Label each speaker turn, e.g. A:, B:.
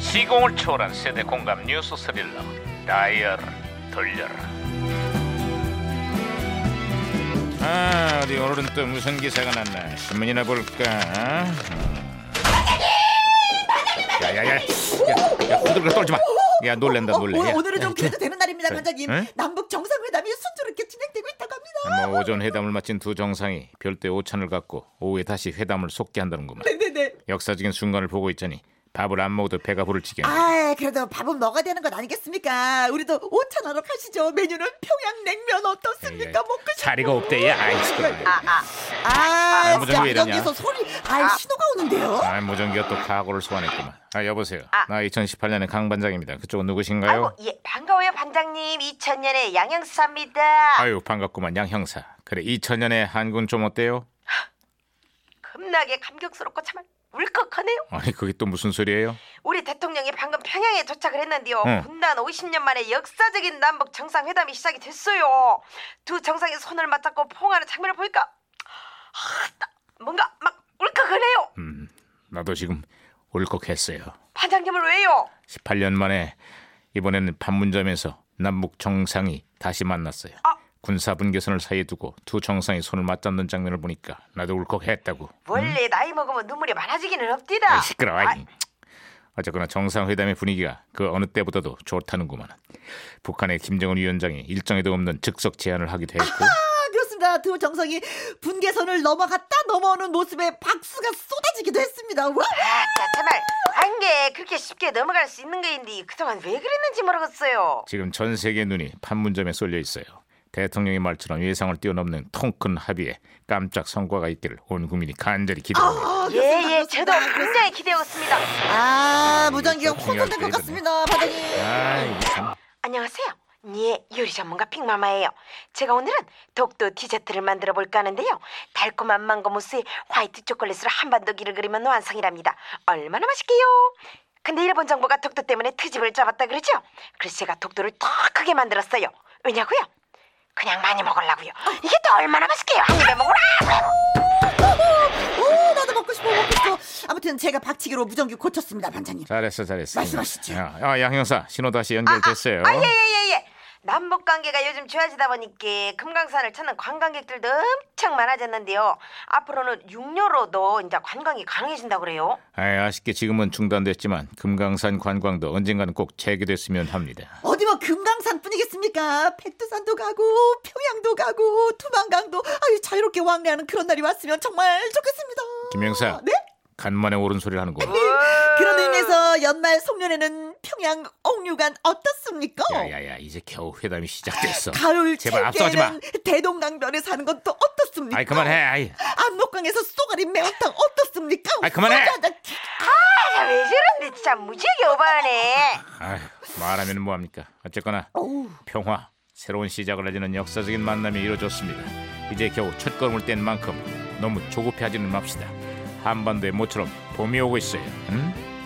A: 시공을 초월한 세대 공감 뉴스 스릴러 다이얼 돌려라 아 어디 오늘은 또 무슨 기사가 났나 신문이나 볼까 야야야 야, 야 후들거 떨지 마야 놀란다
B: 어,
A: 놀래 네,
B: 오늘,
A: 야,
B: 오늘은 좀
A: 야,
B: 그래도 되는 날입니다, 반장님.
A: 응?
B: 남북 정상회담이 순조롭게 진행되고 있다고 합니다.
A: 뭐 오전 회담을 마친 두 정상이 별도의 오찬을 갖고 오후에 다시 회담을 속게 한다는구만
B: 네네네.
A: 역사적인 순간을 보고 있자니 밥을 안 먹어도 배가 부를 지경
B: 아, 그래도 밥은 먹어야 되는 것 아니겠습니까? 우리도 오찬하러 가시죠. 메뉴는 평양냉면 어떻습니까?
A: 에이,
B: 먹고 싶.
A: 자리가 없대야 아이 시끄러워
B: 아,
A: 아, 무전기 왜 이러냐?
B: 양정에서 소리. 아, 신호가 오는데요.
A: 아, 무전기가 또 과거를 소환했구만. 아, 여보세요. 나 2018년의 강 반장입니다. 그쪽은 누구신가요?
C: 아이고, 예, 반가워요, 반장님. 2000년의 양형사입니다.
A: 아유, 반갑구만, 양 형사. 그래, 2000년의 한군 좀 어때요?
C: 겁나게 감격스럽고 참 울컥하네요.
A: 아니, 그게 또 무슨 소리예요?
C: 우리 대통령이 방금 평양에 도착을 했는데요.
A: 응.
C: 분단 50년 만에 역사적인 남북 정상회담이 시작이 됐어요. 두 정상이 손을 맞잡고 포옹하는 장면을 보니까 아, 나- 뭔가 막 울컥하네요.
A: 음, 나도 지금 울컥했어요.
C: 반장님은 왜요?
A: 18년 만에 이번에는 판문점에서 남북 정상이 다시 만났어요.
C: 아.
A: 군사 분계선을 사이에 두고 두 정상이 손을 맞잡는 장면을 보니까 나도 울컥했다고.
C: 원래 나이 먹으면 눈물이 많아지기는 없디다.
A: 음. 아이, 시끄러워.
C: 아,
A: 아이. 어쨌거나 정상회담의 분위기가 그 어느 때보다도 좋다는구만. 북한의 김정은 위원장이 일정에도 없는 즉석 제안을 하기도 했고
B: 아, 그렇습니다. 두 정상이 분계선을 넘어갔다 넘어오는 모습에 박수가 쏟아지기도 했습니다. 와!
C: 자, 제발 안개 그렇게 쉽게 넘어갈 수 있는 거인데 그동안 왜 그랬는지 모르겠어요.
A: 지금 전 세계 눈이 판문점에 쏠려 있어요. 대통령의 말처럼 예상을 뛰어넘는 통큰 합의에 깜짝 성과가 있기를 온 국민이 간절히 기대합니다.
B: 아, 그렇습니다.
C: 예예 저도
B: 그렇습니다.
C: 굉장히 기대하고 있습니다
B: 아,
A: 이거
B: 무전기가
A: 중요한
B: 혼선된 것
A: 페이지네.
B: 같습니다, 반장님.
A: 아이, 참.
C: 안녕하세요 예 요리 전문가 빅마마예요 제가 오늘은 독도 디저트를 만들어 볼까 하는데요 달콤한 망고 무스에 화이트 초콜릿으로 한반도 길을 그리면 완성이랍니다 얼마나 맛있게요 근데 일본 정부가 독도 때문에 트집을 잡았다 그러죠 그래서 제가 독도를 더 크게 만들었어요 왜냐고요 그냥 많이 먹으려고요 이게 또 얼마나 맛있게요 한 입에 먹으라
B: 오, 나도 먹고 싶어, 먹고 싶어. 아무튼 제가 박치기로 무전기 고쳤습니다, 반장님.
A: 잘했어, 잘했어.
B: 말씀하시죠.
A: 아, 양 형사 신호 다시 연결됐어요.
C: 아, 예, 예, 예, 예. 남북 관계가 요즘 좋아지다 보니까 금강산을 찾는 관광객들도 엄청 많아졌는데요. 앞으로는 육로로도 이제 관광이 가능해진다 그래요.
A: 아이, 아쉽게 지금은 중단됐지만 금강산 관광도 언젠가는 꼭 재개됐으면 합니다.
B: 어디 뭐 금강산뿐이겠습니까? 백두산도 가고 평양도 가고 투만강도 아유 자유롭게 왕래하는 그런 날이 왔으면 정말 좋겠습니다.
A: 김영사.
B: 네?
A: 간만에 옳은 소리를 하는구나.
B: 그런 의미에서 연말 송년회는 평양 옥류관 어떻습니까?
A: 야야야 이제 겨우 회담이 시작됐어.
B: 가을
A: 제발 앞서가지 마.
B: 는 대동강변에 사는 건 또 어떻습니까?
A: 아이 그만해. 아이
B: 압록강에서 쏘가리 매운탕 어떻습니까?
A: 아이, 그만해.
B: 소주 한 잔.
C: 아, 왜 저런데 진짜 무지하게 오바하네.
A: 아휴, 말하면 뭐합니까? 어쨌거나
B: 어우.
A: 평화 새로운 시작을 알리는 역사적인 만남이 이루어졌습니다. 이제 겨우 첫 걸음을 뗀 만큼 너무 조급해하지는 맙시다. 한반도에 모처럼 봄이 오고 있어요. 응?